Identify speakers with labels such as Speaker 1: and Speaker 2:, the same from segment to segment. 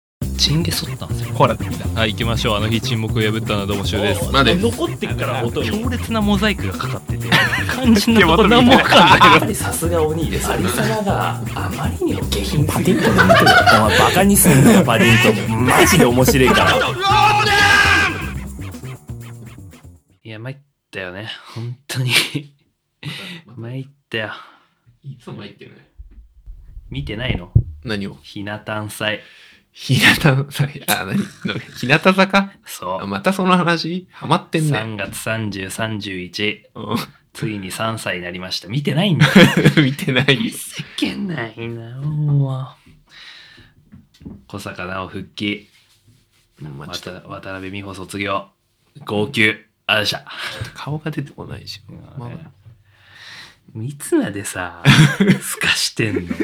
Speaker 1: そうなんですよ
Speaker 2: コーラできた
Speaker 3: はい行きましょうあの日沈黙を破ったのはどうもしゅうです
Speaker 4: まあね
Speaker 1: 残ってっから音に
Speaker 4: 強
Speaker 1: 烈なモザイクがかかってて肝心なとこ何も分かんない
Speaker 5: やっぱりさすが鬼です。アリサナがあまりにも下品パディントンの見てる。お前バカにすんなよパディントン。マジで面白いから。
Speaker 1: いや参ったよね本当に参ったよ
Speaker 4: いつも言ってるね。
Speaker 1: 見てないの
Speaker 4: 何を
Speaker 1: ひな誕祭
Speaker 4: 日向祭、あ、何日向坂
Speaker 1: そう
Speaker 4: あまたその話ハマってんね。
Speaker 1: 3月3031
Speaker 4: うん
Speaker 1: ついに3歳になりました見てないんだ
Speaker 4: 見てないよ。
Speaker 1: いけないなもう小坂直復帰
Speaker 4: まあ、
Speaker 1: わ
Speaker 4: ちょ
Speaker 1: た
Speaker 4: っ
Speaker 1: 渡辺美穂卒業号泣あよっしゃ
Speaker 4: と顔が出てこないし。まあ
Speaker 1: いつまで さすかしてんの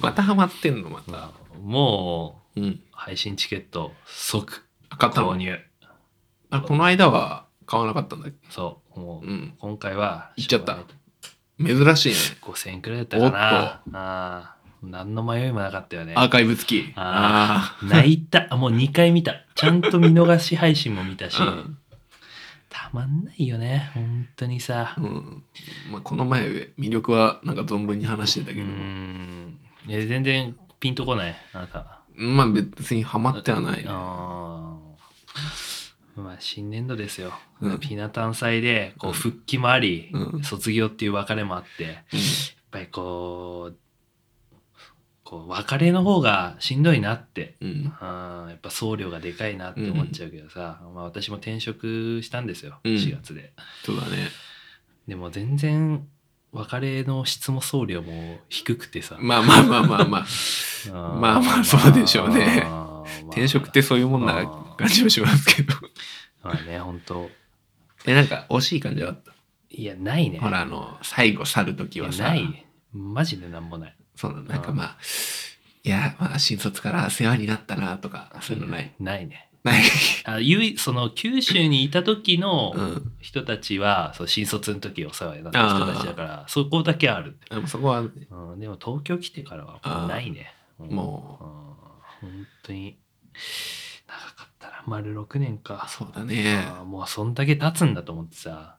Speaker 4: またハマってんの、また。
Speaker 1: もう
Speaker 4: うん。
Speaker 1: 配信チケット即
Speaker 4: 買った
Speaker 1: 購
Speaker 4: の
Speaker 1: 入
Speaker 4: あ、この間は買わなかったんだっけ
Speaker 1: そうもう、
Speaker 4: うん。
Speaker 1: 今回は
Speaker 4: 行っちゃった珍しいね。
Speaker 1: 5000円くらいだったかなあー何の迷いもなかったよね
Speaker 4: アーカイブ付き。
Speaker 1: あ
Speaker 4: あ
Speaker 1: 泣いたあもう2回見たちゃんと見逃し配信も見たし、
Speaker 4: あ。
Speaker 1: たまんないよね本当にさ
Speaker 4: うん。うん。まあ、この前、魅力はなんか存分に話してた
Speaker 1: う
Speaker 4: けど、
Speaker 1: んいや全然ピンとこないあなた
Speaker 4: まあ別にハマってはないね。
Speaker 1: あーまあ新年度ですよ、
Speaker 4: うん
Speaker 1: ピナタン祭でこう
Speaker 4: うん
Speaker 1: 復帰もあり、
Speaker 4: うん
Speaker 1: 卒業っていう別れもあってやっぱりこうこう別れの方がしんどいなって
Speaker 4: うん。
Speaker 1: あーやっぱ送料がでかいなって思っちゃうけどさ、まあ、私も転職したんですよ、
Speaker 4: うん
Speaker 1: 4月で
Speaker 4: そうだね。
Speaker 1: でも全然別れの質も送料も低くてさ、
Speaker 4: まあまあまあまあまあ。
Speaker 1: あー
Speaker 4: まあまあそうでしょうね
Speaker 1: まあ
Speaker 4: 転職ってそういうもんな感じもしますけど。
Speaker 1: まあね本当
Speaker 4: え、なんか惜しい感じはあった。
Speaker 1: いやないね
Speaker 4: ほら、あの、最後去ると
Speaker 1: い
Speaker 4: き
Speaker 1: や
Speaker 4: はさ。
Speaker 1: ないマジでなんもない
Speaker 4: そうなの。なんかまあ、いや、まあ、新卒から世話になったなとか、そういうのない。
Speaker 1: ないね
Speaker 4: ない。
Speaker 1: あゆいその九州にいた時の
Speaker 4: うん。
Speaker 1: 人たちは、そう新卒の時お世話になった人たちだからそこだけある
Speaker 4: でもそこは、
Speaker 1: うん、でも東京来てからはないね。
Speaker 4: も
Speaker 1: う、ん、本当に長かったな丸6年か。
Speaker 4: そうだね。
Speaker 1: あーもうそんだけ経つんだと思ってさ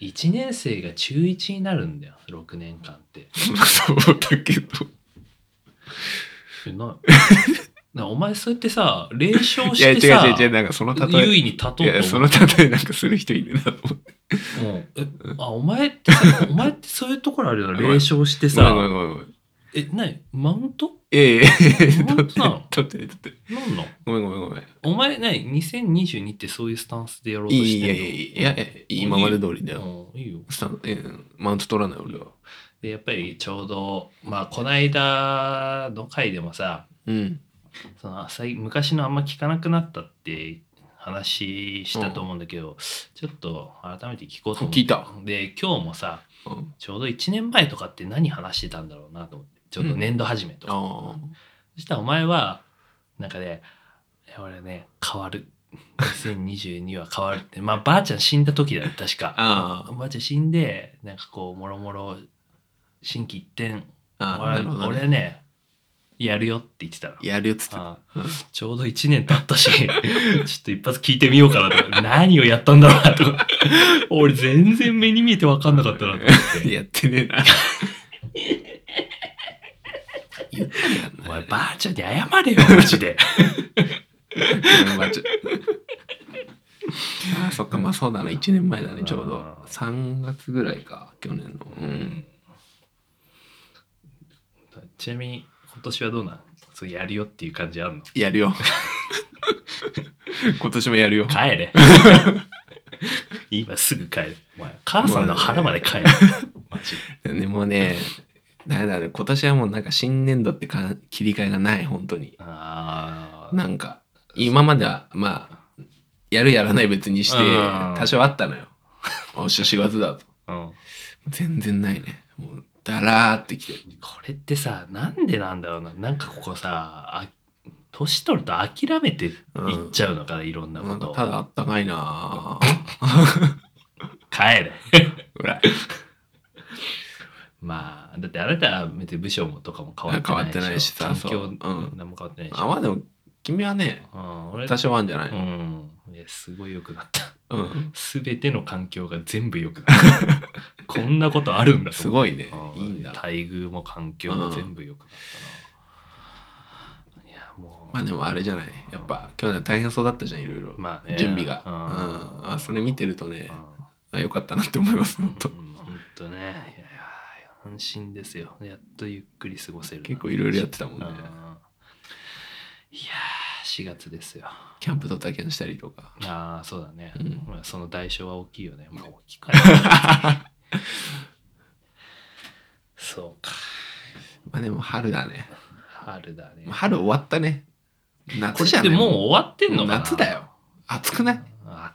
Speaker 1: 1年生が中1になるんだよ6年間って。
Speaker 4: そうだけど。
Speaker 1: ななお前そうやってさ連勝
Speaker 4: いや、違
Speaker 1: し
Speaker 4: う
Speaker 1: てさ
Speaker 4: 違う違う、なんかその
Speaker 1: 優
Speaker 4: 例え。
Speaker 1: 位に立とう
Speaker 4: い
Speaker 1: と
Speaker 4: や、その
Speaker 1: 思
Speaker 4: 例えなんかする人いるなと思って。
Speaker 1: うもうえあお前ってさお前ってそういうところあるよな連勝して
Speaker 4: ごめんごめ
Speaker 1: さ
Speaker 4: んごめんごめん。
Speaker 1: え何マウント
Speaker 4: ええ
Speaker 1: 本 当なの
Speaker 4: だって、だって。
Speaker 1: なんの
Speaker 4: ごめんごめんごめん。
Speaker 1: お前何2022ってそういうスタンスでやろうと
Speaker 4: い
Speaker 1: し
Speaker 4: いい
Speaker 1: てん
Speaker 4: やいや
Speaker 1: の
Speaker 4: いやいやいや今まで通りだよ。
Speaker 1: うんいいよ
Speaker 4: スタンうんマウント取らない俺は。
Speaker 1: でやっぱりちょうどまあこの間の回でもさ
Speaker 4: うん。
Speaker 1: その浅い昔のあんま聞かなくなったって話したと思うんだけど、ちょっと改めて聞こうと思って
Speaker 4: 聞いた
Speaker 1: で今日もさ
Speaker 4: うん
Speaker 1: ちょうど1年前とかって何話してたんだろうなと思ってちょうど年度始めとか、
Speaker 4: あ
Speaker 1: そしたらお前はなんかねいや俺ね変わる2022は変わるってまあばあちゃん死んだ時だよ確か
Speaker 4: あ。あ
Speaker 1: おばあちゃん死んでなんかこうもろもろ心機一転
Speaker 4: あ。ああ。な
Speaker 1: 俺
Speaker 4: るほどね
Speaker 1: 俺ねやるよって言ってたの
Speaker 4: やるよっつってた。
Speaker 1: ああちょうど1年経ったし ちょっと一発聞いてみようかなと思って何をやったんだろうなと思って俺全然目に見えて分かんなかったなと思って
Speaker 4: やってねえな。 言ってやんな
Speaker 1: お前
Speaker 4: い
Speaker 1: ばあちゃんに謝れよマジで
Speaker 4: うんまあちょああそっかまあそうだな1年前だねちょうど
Speaker 1: ああ
Speaker 4: 3月ぐらいか去年のうん
Speaker 1: ちなみに今年はどうなんそうやるよっていう感じあんの
Speaker 4: やるよ今年もやるよ
Speaker 1: 帰れ今すぐ帰れお前母さんの腹まで帰れマジ
Speaker 4: でもねだめだね今年はもうなんか新年度ってか切り替えがない本当に
Speaker 1: ああ
Speaker 4: なんか今まではまあやるやらない別にして
Speaker 1: うん
Speaker 4: 多少あったのよ おっしゃ4月だと
Speaker 1: うん
Speaker 4: 全然ないねもうだらーってきてる
Speaker 1: これってさなんでなんだろうななんかここさあ年取ると諦めていっちゃうのかな、いろんな
Speaker 4: な
Speaker 1: こ
Speaker 4: んか
Speaker 1: と
Speaker 4: ただあったかいな
Speaker 1: 帰れ
Speaker 4: ぐらい
Speaker 1: まあだってあなたは別に部署もとかも変わってないし
Speaker 4: 変わってないしさ
Speaker 1: 環境
Speaker 4: そううん
Speaker 1: 何も変わってないし、
Speaker 4: あまあでも君はね、
Speaker 1: あー俺
Speaker 4: 多少はあるんじゃない
Speaker 1: うん。いや、すごい良くなった。
Speaker 4: うん。
Speaker 1: すべての環境が全部良く なった。こんなことあるんだと
Speaker 4: す
Speaker 1: 思う。
Speaker 4: ごいね
Speaker 1: あ。
Speaker 4: い
Speaker 1: ー
Speaker 4: いんだ。
Speaker 1: 待遇も環境も全部良くなったな。いや、もう。
Speaker 4: まあでもあれじゃない。やっぱ、去年大変そうだったじゃん、いろいろ。
Speaker 1: まあね
Speaker 4: 準備が。
Speaker 1: う
Speaker 4: うんん。あそれ見てるとね
Speaker 1: うん、
Speaker 4: あよかったなって思います、本当。
Speaker 1: うんほんとね。いやいや安心ですよ。やっとゆっくり過ごせるな。
Speaker 4: 結構いろいろやってたもんね
Speaker 1: うん。いやー、4月ですよ。
Speaker 4: キャンプと体験したりとか。
Speaker 1: ああ、そうだね。
Speaker 4: うん
Speaker 1: まあその代償は大きいよ ね。まあ、大きくはないそうか。
Speaker 4: まあでも春だね。
Speaker 1: 春だね
Speaker 4: まあ。春終わったね。
Speaker 1: こ
Speaker 4: 夏じ
Speaker 1: れ
Speaker 4: ゃ
Speaker 1: っ
Speaker 4: な
Speaker 1: て
Speaker 4: い
Speaker 1: もう終わってんのかな
Speaker 4: 夏だ。よ。暑くない
Speaker 1: あ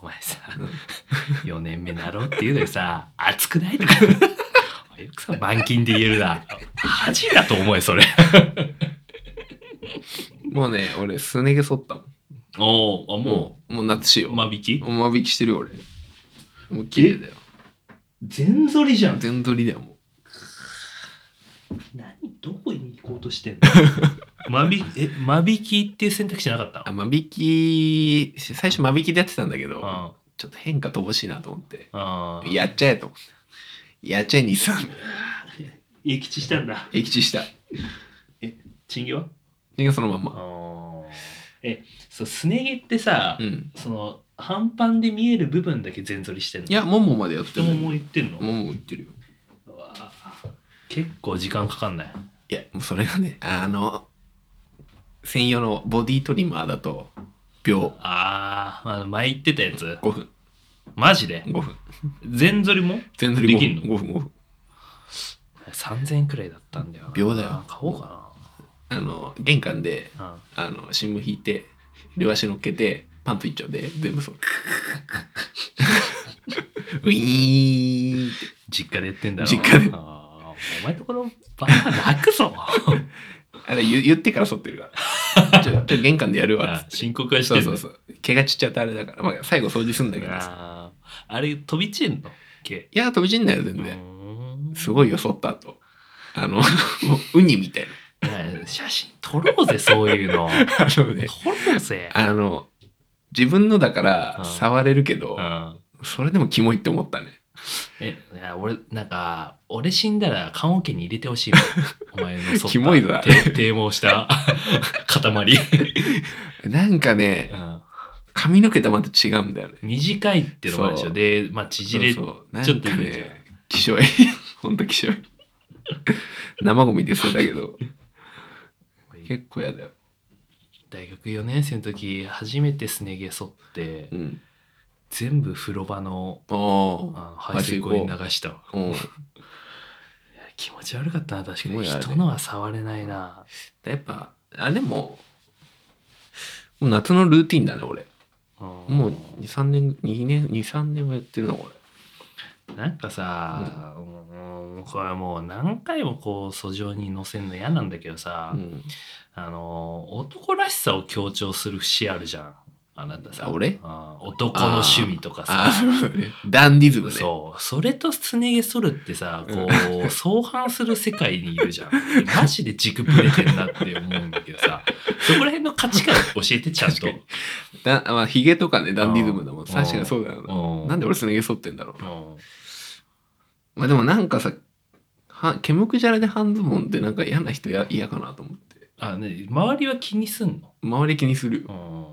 Speaker 1: お前さ、4年目なろうって言うのにさ、暑くないとか。よくさ、満勤で言えるな。恥だと思え、それ。
Speaker 4: もうね、俺、すね毛剃ったもん。
Speaker 1: おお、あも
Speaker 4: もう、もう夏仕
Speaker 1: う、
Speaker 4: 様。
Speaker 1: 間引き
Speaker 4: 間引きしてるよ、俺。もう綺麗だよ。
Speaker 1: 全剃りじゃ。
Speaker 4: 全撮りだよ、も
Speaker 1: 何、どこに行こうとしてんの 間引き、え、間引きって選択肢なかった
Speaker 4: う。あ間引き、最初間引きでやってたんだけど、
Speaker 1: の
Speaker 4: ちょっと変化乏しいなと思って。
Speaker 1: ああ。
Speaker 4: やっちゃえと思って。やっちゃえ、兄さん。
Speaker 1: 駅地したんだ。
Speaker 4: 駅地した。
Speaker 1: 賃金は
Speaker 4: 人がそのまん
Speaker 1: あ
Speaker 4: ま。
Speaker 1: ーえ、そう、すね毛ってさ、
Speaker 4: うん。
Speaker 1: その、半パンで見える部分だけ全剃りしてんの
Speaker 4: いや、ももまでやっ
Speaker 1: で
Speaker 4: てる
Speaker 1: も
Speaker 4: よ。
Speaker 1: もう言ってんの、
Speaker 4: ももいってるよ。
Speaker 1: うわー結構時間かかんない。
Speaker 4: いや、もうそれがね、あの、専用のボディトリマーだと、秒
Speaker 1: あー、あの前言ってたやつ。
Speaker 4: 5分。
Speaker 1: マジで
Speaker 4: 5分。
Speaker 1: 全剃りも
Speaker 4: 全撮り
Speaker 1: できんの
Speaker 4: 5分。5分、5分。
Speaker 1: ?3000 円くらいだったんだよな。
Speaker 4: 秒だよ
Speaker 1: 買おうか
Speaker 4: あの、玄関で、
Speaker 1: な。
Speaker 4: あの、新聞引いて、両足乗っけて、パンツ一丁で、全部そう。 ウィーンって
Speaker 1: 実家でやってんだろ。
Speaker 4: 実家で
Speaker 1: あーお前とこのバカ泣 くぞ
Speaker 4: あれ言言ってから剃ってるから。ちょちょ玄関でやるわっつ
Speaker 1: あ
Speaker 4: って。
Speaker 1: 申告はして
Speaker 4: そ
Speaker 1: ん
Speaker 4: う
Speaker 1: だ
Speaker 4: そうそう。毛がちっちゃうとあれだから。まあ、最後掃除すんだけどさ。
Speaker 1: あーあれ飛び散んの毛
Speaker 4: いや、飛び散んないよ、
Speaker 1: う
Speaker 4: 全然。
Speaker 1: ーん
Speaker 4: すごいよ、剃った後。あの、も うウニみたいな。
Speaker 1: ね写真撮ろうぜそうい うの
Speaker 4: あのね、
Speaker 1: 撮ろうぜ
Speaker 4: あの、自分のだか
Speaker 1: う
Speaker 4: ら
Speaker 1: ん
Speaker 4: 触れるけど
Speaker 1: う、ん
Speaker 4: それでもキモいって思ったね。
Speaker 1: えいや俺なんか俺死んだら棺桶に入れてほしいわ お前のそ
Speaker 4: キモいな
Speaker 1: 低毛した 塊、
Speaker 4: なんかね
Speaker 1: う、ん、
Speaker 4: 髪の毛とまた違うんだよね。
Speaker 1: 短いってのもあるでし
Speaker 4: そ
Speaker 1: ょ
Speaker 4: う
Speaker 1: でまあ縮れ
Speaker 4: そうそうなん
Speaker 1: ちょっと
Speaker 4: か
Speaker 1: 入れちゃう
Speaker 4: ね、希少い。 ほんと希少い。生ゴミでそうだけど、結構やだよ。
Speaker 1: 大学4年生の時初めてすね毛剃って、
Speaker 4: うん。
Speaker 1: 全部風呂場の
Speaker 4: おー
Speaker 1: あの排水溝に流したわ
Speaker 4: うん。
Speaker 1: いや気持ち悪かったな確か
Speaker 4: すご
Speaker 1: に
Speaker 4: いあれ
Speaker 1: 人のは触れないな
Speaker 4: やっぱ、あ、でも、もう夏のルーティンだね、俺。も
Speaker 1: も
Speaker 4: う2、3年、2年、2、3年はやってるの、こ
Speaker 1: なんかさ、うんこれもう何回もこう訴状に載せんの嫌なんだけどさ、
Speaker 4: れ。うん。
Speaker 1: あの男らしさを強調する節あるじゃんあなたさ
Speaker 4: あ俺
Speaker 1: あ男の趣味とか
Speaker 4: あ
Speaker 1: さ
Speaker 4: ー、ねダンディズムね。
Speaker 1: そうそれとすね毛剃るってさこう相反する世界にいるじゃんマジで軸ぶれてんなって思うんだけどさそこら辺の価値観教えてちゃんと
Speaker 4: 確だまあ、ヒゲとかね、ダンディズムだも
Speaker 1: うん
Speaker 4: ん。確かにそうだよな。
Speaker 1: う
Speaker 4: なんで俺すね毛剃ってんだろう
Speaker 1: う。ん
Speaker 4: まあでもなんかさ、は毛むくじゃらで半ズボンってなんか嫌な人や嫌かなと思って。
Speaker 1: あね周りは気にすんの
Speaker 4: 周り気にするよ。
Speaker 1: うん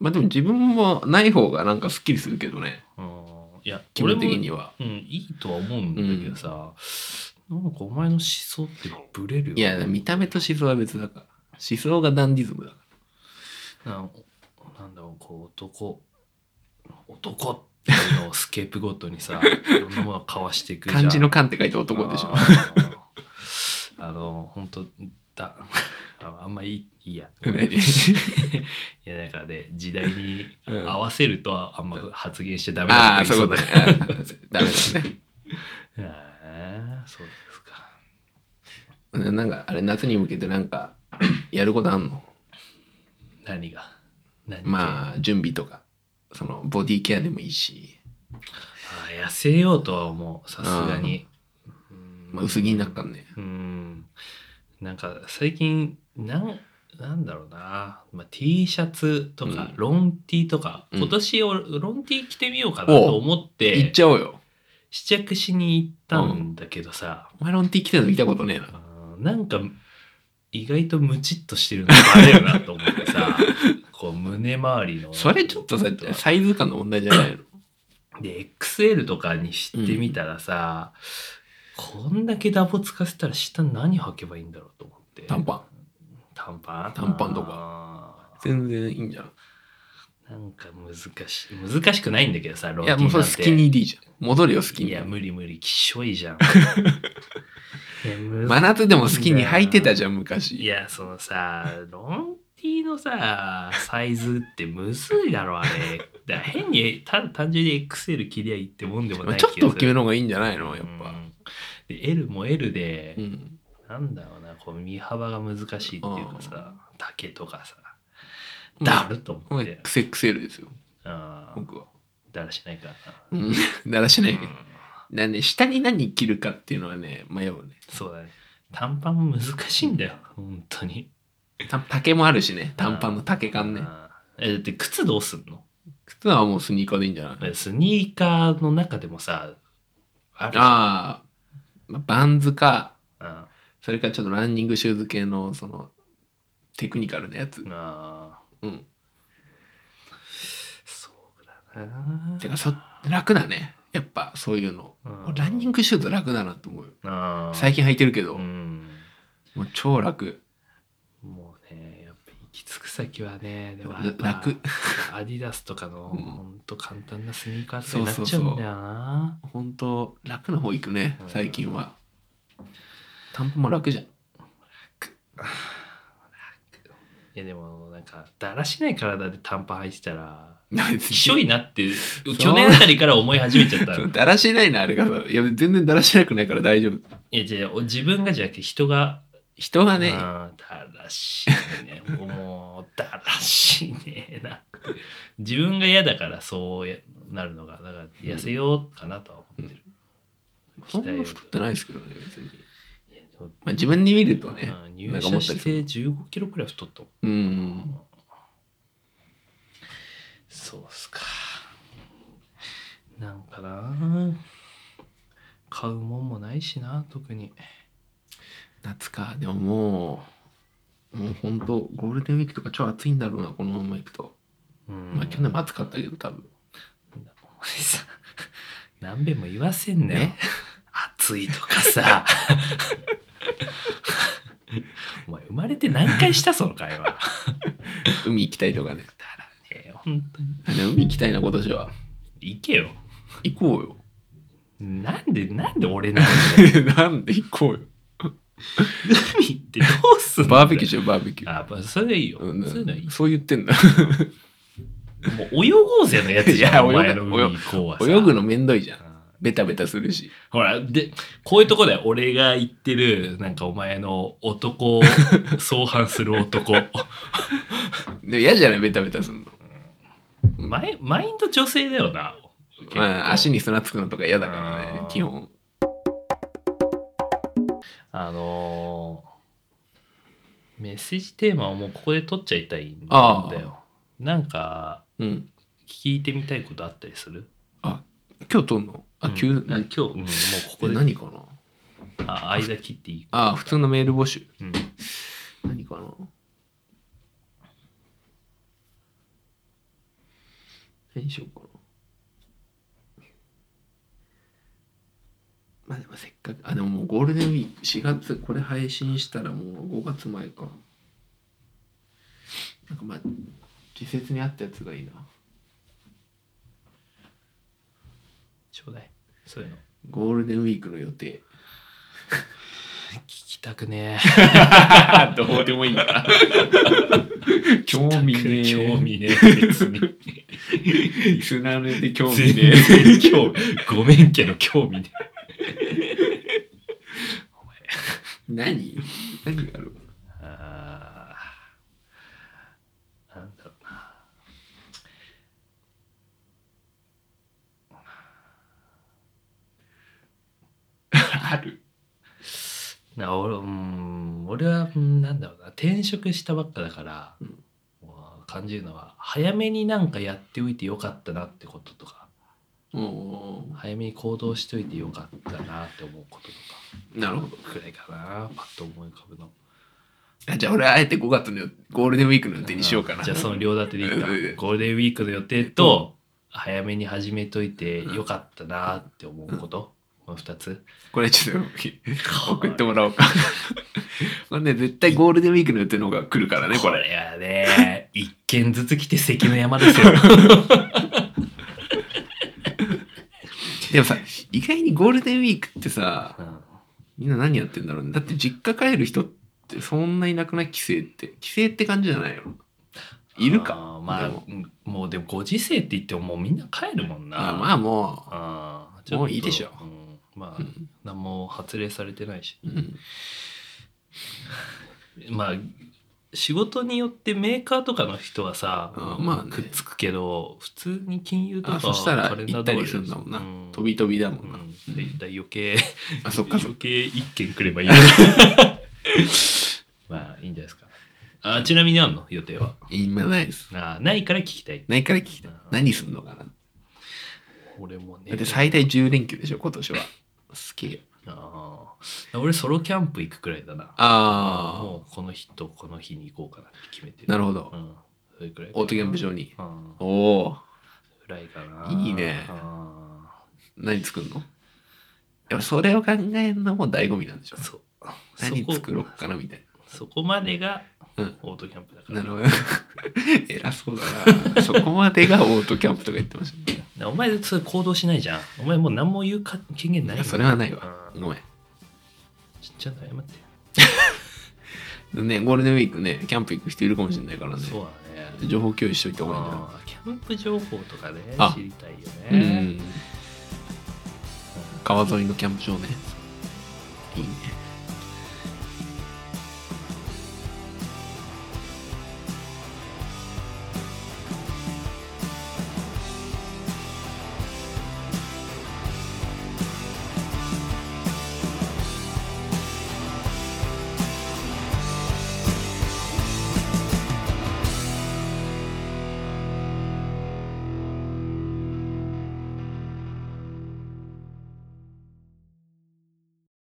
Speaker 4: まあでも自分もない方がなんかスッキリするけどね。
Speaker 1: うんいや、
Speaker 4: 気分的には。
Speaker 1: 俺もうん、いいとは思うんだけどさ、なんかお前の思想ってブレるよ。
Speaker 4: いや、見た目と思想は別だから。思想がダンディズムだか
Speaker 1: なんなんだろう、こう、男、男っていうのをスケープごと にさ、いろんなものをかわしていく
Speaker 4: ら。
Speaker 1: じゃん。
Speaker 4: 漢字の漢って書いて男でしょ
Speaker 1: あ。ー。あの、本当だ、ああんまいい、いいや。
Speaker 4: 何
Speaker 1: いや、なんかね、時代に
Speaker 4: うん
Speaker 1: 合わせるとはあんま発言しちゃダメ
Speaker 4: あ
Speaker 1: だ
Speaker 4: あ、
Speaker 1: とか
Speaker 4: そうい
Speaker 1: 言
Speaker 4: う
Speaker 1: い
Speaker 4: こと
Speaker 1: だ
Speaker 4: ねあ
Speaker 1: か。
Speaker 4: ーダメだね。
Speaker 1: らあーそうですか。
Speaker 4: ななんかあれ夏に向けてなんかやることあんの
Speaker 1: 何が何系
Speaker 4: まあ準備とかそのボディケアでもいいし、
Speaker 1: あー痩せようとは思うさすがに
Speaker 4: まあ、薄着になっかんね
Speaker 1: うんなんか最近なんなんだろうな、まあ、T シャツとか
Speaker 4: うん
Speaker 1: ロン T とか、
Speaker 4: うん
Speaker 1: 今年をロン T 着てみようかなと思っ
Speaker 4: 行ってちゃおうよ。
Speaker 1: 試着しに行ったんだけどさ、
Speaker 4: お前ロンティー来てるの見たことねえな。
Speaker 1: あーなんか意外とムチっとしてるのあれよなと思ってさ こう胸周りの
Speaker 4: それちょっとさ、サイズ感の問題じゃないの。
Speaker 1: で XL とかにしてみたらさ、こんだけダボつかせたら下何履けばいいんだろうと思って
Speaker 4: 短パ
Speaker 1: 短パン
Speaker 4: 短パンと
Speaker 1: か
Speaker 4: ン。全然いいんじゃん。
Speaker 1: なんか難しい難しくないんだけどさロン
Speaker 4: い
Speaker 1: ティ
Speaker 4: や、も
Speaker 1: ーなん
Speaker 4: う
Speaker 1: て
Speaker 4: それスキニーでいいじゃん。戻るよ、スキ
Speaker 1: い
Speaker 4: ニ
Speaker 1: や
Speaker 4: ー。
Speaker 1: 無理無理きっしょいじ ゃんいやむず
Speaker 4: 真夏でもスキニー履いてたじゃん、昔。
Speaker 1: いやそのさロンティーのさサイズってむずいだろあれだ から変にた単純に XL 切りゃいいってもんでも
Speaker 4: ま
Speaker 1: な
Speaker 4: あ
Speaker 1: い
Speaker 4: ちょっと大きめ
Speaker 1: の
Speaker 4: の方がいいんじゃないのやっぱ。
Speaker 1: で L も L で、
Speaker 4: うん。
Speaker 1: なんだろうなこう身幅が難しいっていうかさ丈とかさ
Speaker 4: うん
Speaker 1: だると
Speaker 4: ま
Speaker 1: 思
Speaker 4: あ
Speaker 1: って、
Speaker 4: XXL ですよ、
Speaker 1: あー
Speaker 4: 僕は。
Speaker 1: だらしないからな、
Speaker 4: うん。だらしな
Speaker 1: う
Speaker 4: い。
Speaker 1: ん
Speaker 4: なんで、下に何着るかっていうのはね、迷うね。
Speaker 1: そうだね短パン難しいんだよ本当に
Speaker 4: た丈もあるしね。短パンの丈感ね。
Speaker 1: あーえだって靴どうすんの
Speaker 4: 靴はもうスニーカーでいいんじゃない
Speaker 1: スニーカーの中でもさあるじゃん
Speaker 4: ああ、まあバンズか、
Speaker 1: あ
Speaker 4: それかちょっとランニングシューズ系の、その、テクニカルなやつ。
Speaker 1: あ
Speaker 4: うん。
Speaker 1: そうだな
Speaker 4: てか、そ、楽だね。やっぱ、そういうの。
Speaker 1: うん
Speaker 4: ランニングシューズ楽だなと思うよ。
Speaker 1: あー
Speaker 4: 最近履いてるけど、
Speaker 1: うん
Speaker 4: もう超楽。
Speaker 1: もうねやっぱ行き着く先はねでも
Speaker 4: ら
Speaker 1: やっぱ
Speaker 4: 楽
Speaker 1: アディダスとかの
Speaker 4: うん
Speaker 1: ほんと簡単なスニーカーって
Speaker 4: そう
Speaker 1: なっ
Speaker 4: そうそ
Speaker 1: ちゃ
Speaker 4: う
Speaker 1: うんだよな
Speaker 4: 本当楽な方行くね
Speaker 1: うん
Speaker 4: 最近は、短パンも楽 じゃん
Speaker 1: いやでもなんかだらしない体で短パン履いてたら
Speaker 4: 別
Speaker 1: きしょいなって
Speaker 4: う
Speaker 1: 去年あたりから思い 始めちゃったの
Speaker 4: に だらしないなあれがいや全然だらしなくないから大丈夫
Speaker 1: いやじゃあ自分がじゃなくて人が
Speaker 4: 人がね
Speaker 1: あーだらしいね。もう、だらしいね。な。自分が嫌だからそうやなるのが、だから痩せようかなとは思ってる。
Speaker 4: そんな太ってないですけどね別に、
Speaker 1: いやでも
Speaker 4: まあ、自分に見るとね
Speaker 1: うん
Speaker 4: な
Speaker 1: 入
Speaker 4: んか思
Speaker 1: 社
Speaker 4: ったり
Speaker 1: し
Speaker 4: す
Speaker 1: て
Speaker 4: る
Speaker 1: 15キロくらい太ったもん。
Speaker 4: うん
Speaker 1: そうっすか。なんかな。買うもんもないしな、特に。
Speaker 4: 夏かでももうもう本当ゴールデンウィークとか超暑いんだろうなこのまま行くと、
Speaker 1: うん
Speaker 4: まあ、去年も暑かったけど多分
Speaker 1: お前さ 何べんも言わせんなよ、暑いとかさ お前生まれて何回したその会 話だか
Speaker 4: 海行きたいとかね
Speaker 1: らね本当に
Speaker 4: でも海行きたいな今年は
Speaker 1: 行けよ
Speaker 4: 行こうよ
Speaker 1: なんでなんで俺 なの
Speaker 4: なんで行こうよ
Speaker 1: 海行ってどうすんの
Speaker 4: バーベキューしようバーベキュー
Speaker 1: あまあそれはいいよ、
Speaker 4: うん
Speaker 1: そうい うのはいい
Speaker 4: そう言ってんだ。
Speaker 1: もう泳ごうぜのやつじゃん
Speaker 4: いや
Speaker 1: お前
Speaker 4: 泳
Speaker 1: の
Speaker 4: ぐ
Speaker 1: 海行こうはさ
Speaker 4: 泳ぐのめんどいじゃん
Speaker 1: う。ん
Speaker 4: ベタベタするし。
Speaker 1: ほら、で、こういうとこだよ。俺が言ってる、なんかお前の男を相反する 男。
Speaker 4: でも嫌じゃないベタベタするの。
Speaker 1: マイマインド女性だよな。
Speaker 4: まあ、足に砂つくのとか嫌だから
Speaker 1: あ
Speaker 4: ね
Speaker 1: ー、
Speaker 4: 基本。
Speaker 1: あのーメッセージテーマをもうここで取っちゃいたいん
Speaker 4: あ
Speaker 1: だ
Speaker 4: あ
Speaker 1: よ。なんか
Speaker 4: うん。
Speaker 1: 聞いてみたいことあったりする
Speaker 4: 今日撮んのあ、急、
Speaker 1: うんな
Speaker 4: え
Speaker 1: 今日、うんもうここで
Speaker 4: 何かな
Speaker 1: あ間切っていい、
Speaker 4: あ、普通のメール募集。
Speaker 1: うん
Speaker 4: 何かな何しようかなまあでもせっかくあでももうゴールデンウィーク4月これ配信したらもう5月前かなんかまあ季節に合ったやつがいいな
Speaker 1: ちょうだい。そういうの。
Speaker 4: ゴールデンウィークの予定
Speaker 1: 聞きたくね
Speaker 4: どうでもいいな興
Speaker 1: え。
Speaker 4: 味 ねえ
Speaker 1: 興味ねえ。別に。
Speaker 4: リスナーの予定興味
Speaker 1: 全
Speaker 4: ねえ
Speaker 1: 然興味。 ごめんけど興味ねえ。
Speaker 4: 何何があ る
Speaker 1: あーなんだろうな。
Speaker 4: ある
Speaker 1: な俺うーん俺はうんなんだろうな転職したばっかだから、
Speaker 4: うん
Speaker 1: もう感じるのは早めになんかやっておいてよかったなってこととか
Speaker 4: お
Speaker 1: 早めに行動しといてよかったなって思うことと
Speaker 4: ーなるほど
Speaker 1: かくらいかなパッと思い浮かぶの
Speaker 4: あ じゃあ俺はあえて5月のゴールデンウィークの予定にしようかな
Speaker 1: じゃあその両立てでいいか
Speaker 4: うん
Speaker 1: ゴールデンウィークの予定と早めに始めといてよかったなって思うこと、この2つ
Speaker 4: これちょっ と送ってもらおうか これね絶対ゴールデンウィークの予定の方が来るからねこ
Speaker 1: こ
Speaker 4: れ
Speaker 1: れはね一軒ずつ来て関の山で すよ
Speaker 4: でもさ意外にゴールデンウィークってさ
Speaker 1: うん
Speaker 4: みんな何やってんだろうねだって実家帰る人ってそんないなくない帰省って帰省って感じじゃないのいるか
Speaker 1: あーまあ
Speaker 4: で
Speaker 1: も
Speaker 4: も
Speaker 1: もうでもご時世って言ってももうみんな帰るもんな
Speaker 4: あまあも
Speaker 1: あー
Speaker 4: もういいでしょ、
Speaker 1: うんまあ
Speaker 4: う、うん
Speaker 1: 何も発令されてないし
Speaker 4: うん
Speaker 1: まあ仕事によってメーカーとかの人はさ、
Speaker 4: あーまあね
Speaker 1: くっつくけど普通に金融と
Speaker 4: あ
Speaker 1: か
Speaker 4: そしたら
Speaker 1: カレンダ
Speaker 4: 行
Speaker 1: ー
Speaker 4: った
Speaker 1: 通
Speaker 4: りするんだもんな、
Speaker 1: うん
Speaker 4: 飛び飛びだも
Speaker 1: うん
Speaker 4: な、
Speaker 1: んでだ余計
Speaker 4: あそっかそっ
Speaker 1: 余
Speaker 4: か
Speaker 1: 計一件くれ ばいいまあいいんじゃないですかあちなみにあんの予定は
Speaker 4: 今ないです
Speaker 1: あーないから聞きたい
Speaker 4: ないから聞きたい
Speaker 1: うん
Speaker 4: 何すんのかな
Speaker 1: 俺もね
Speaker 4: だって最大10連休でしょ今年はすげえ
Speaker 1: ああ俺ソロキャンプ行くくらいだな
Speaker 4: あ
Speaker 1: もうこの日とこの日に行こうかなって決めて
Speaker 4: あなるほど
Speaker 1: うんそれくらい
Speaker 4: オートキャンプ場に
Speaker 1: うん
Speaker 4: おおー
Speaker 1: ぐらいかないい
Speaker 4: いね
Speaker 1: あ
Speaker 4: 何作るのやっぱそれを考えるのも醍醐味なんでしょ
Speaker 1: あそう
Speaker 4: 何
Speaker 1: そこ
Speaker 4: 作ろうかなみたい
Speaker 1: そこまでが
Speaker 4: うん
Speaker 1: オートキャンプだか
Speaker 4: な
Speaker 1: ら、
Speaker 4: なるほど 偉そうだなそこまでがオートキャンプとか言ってましたね
Speaker 1: お前それ行動しないじゃんお前もう何も言うか権限ないい
Speaker 4: や
Speaker 1: よ
Speaker 4: それはないわ
Speaker 1: うん
Speaker 4: ごめ
Speaker 1: ちっちゃな謝って、
Speaker 4: んねゴールデンウィークねキャンプ行く人いるかもしれないからね
Speaker 1: そうだね
Speaker 4: 情報共有しといた方がいいんじゃ
Speaker 1: あーキャンプ情報とかね
Speaker 4: あ
Speaker 1: 知りたいよ
Speaker 4: ない
Speaker 1: ね
Speaker 4: うん川沿いのキャンプ場ねいいね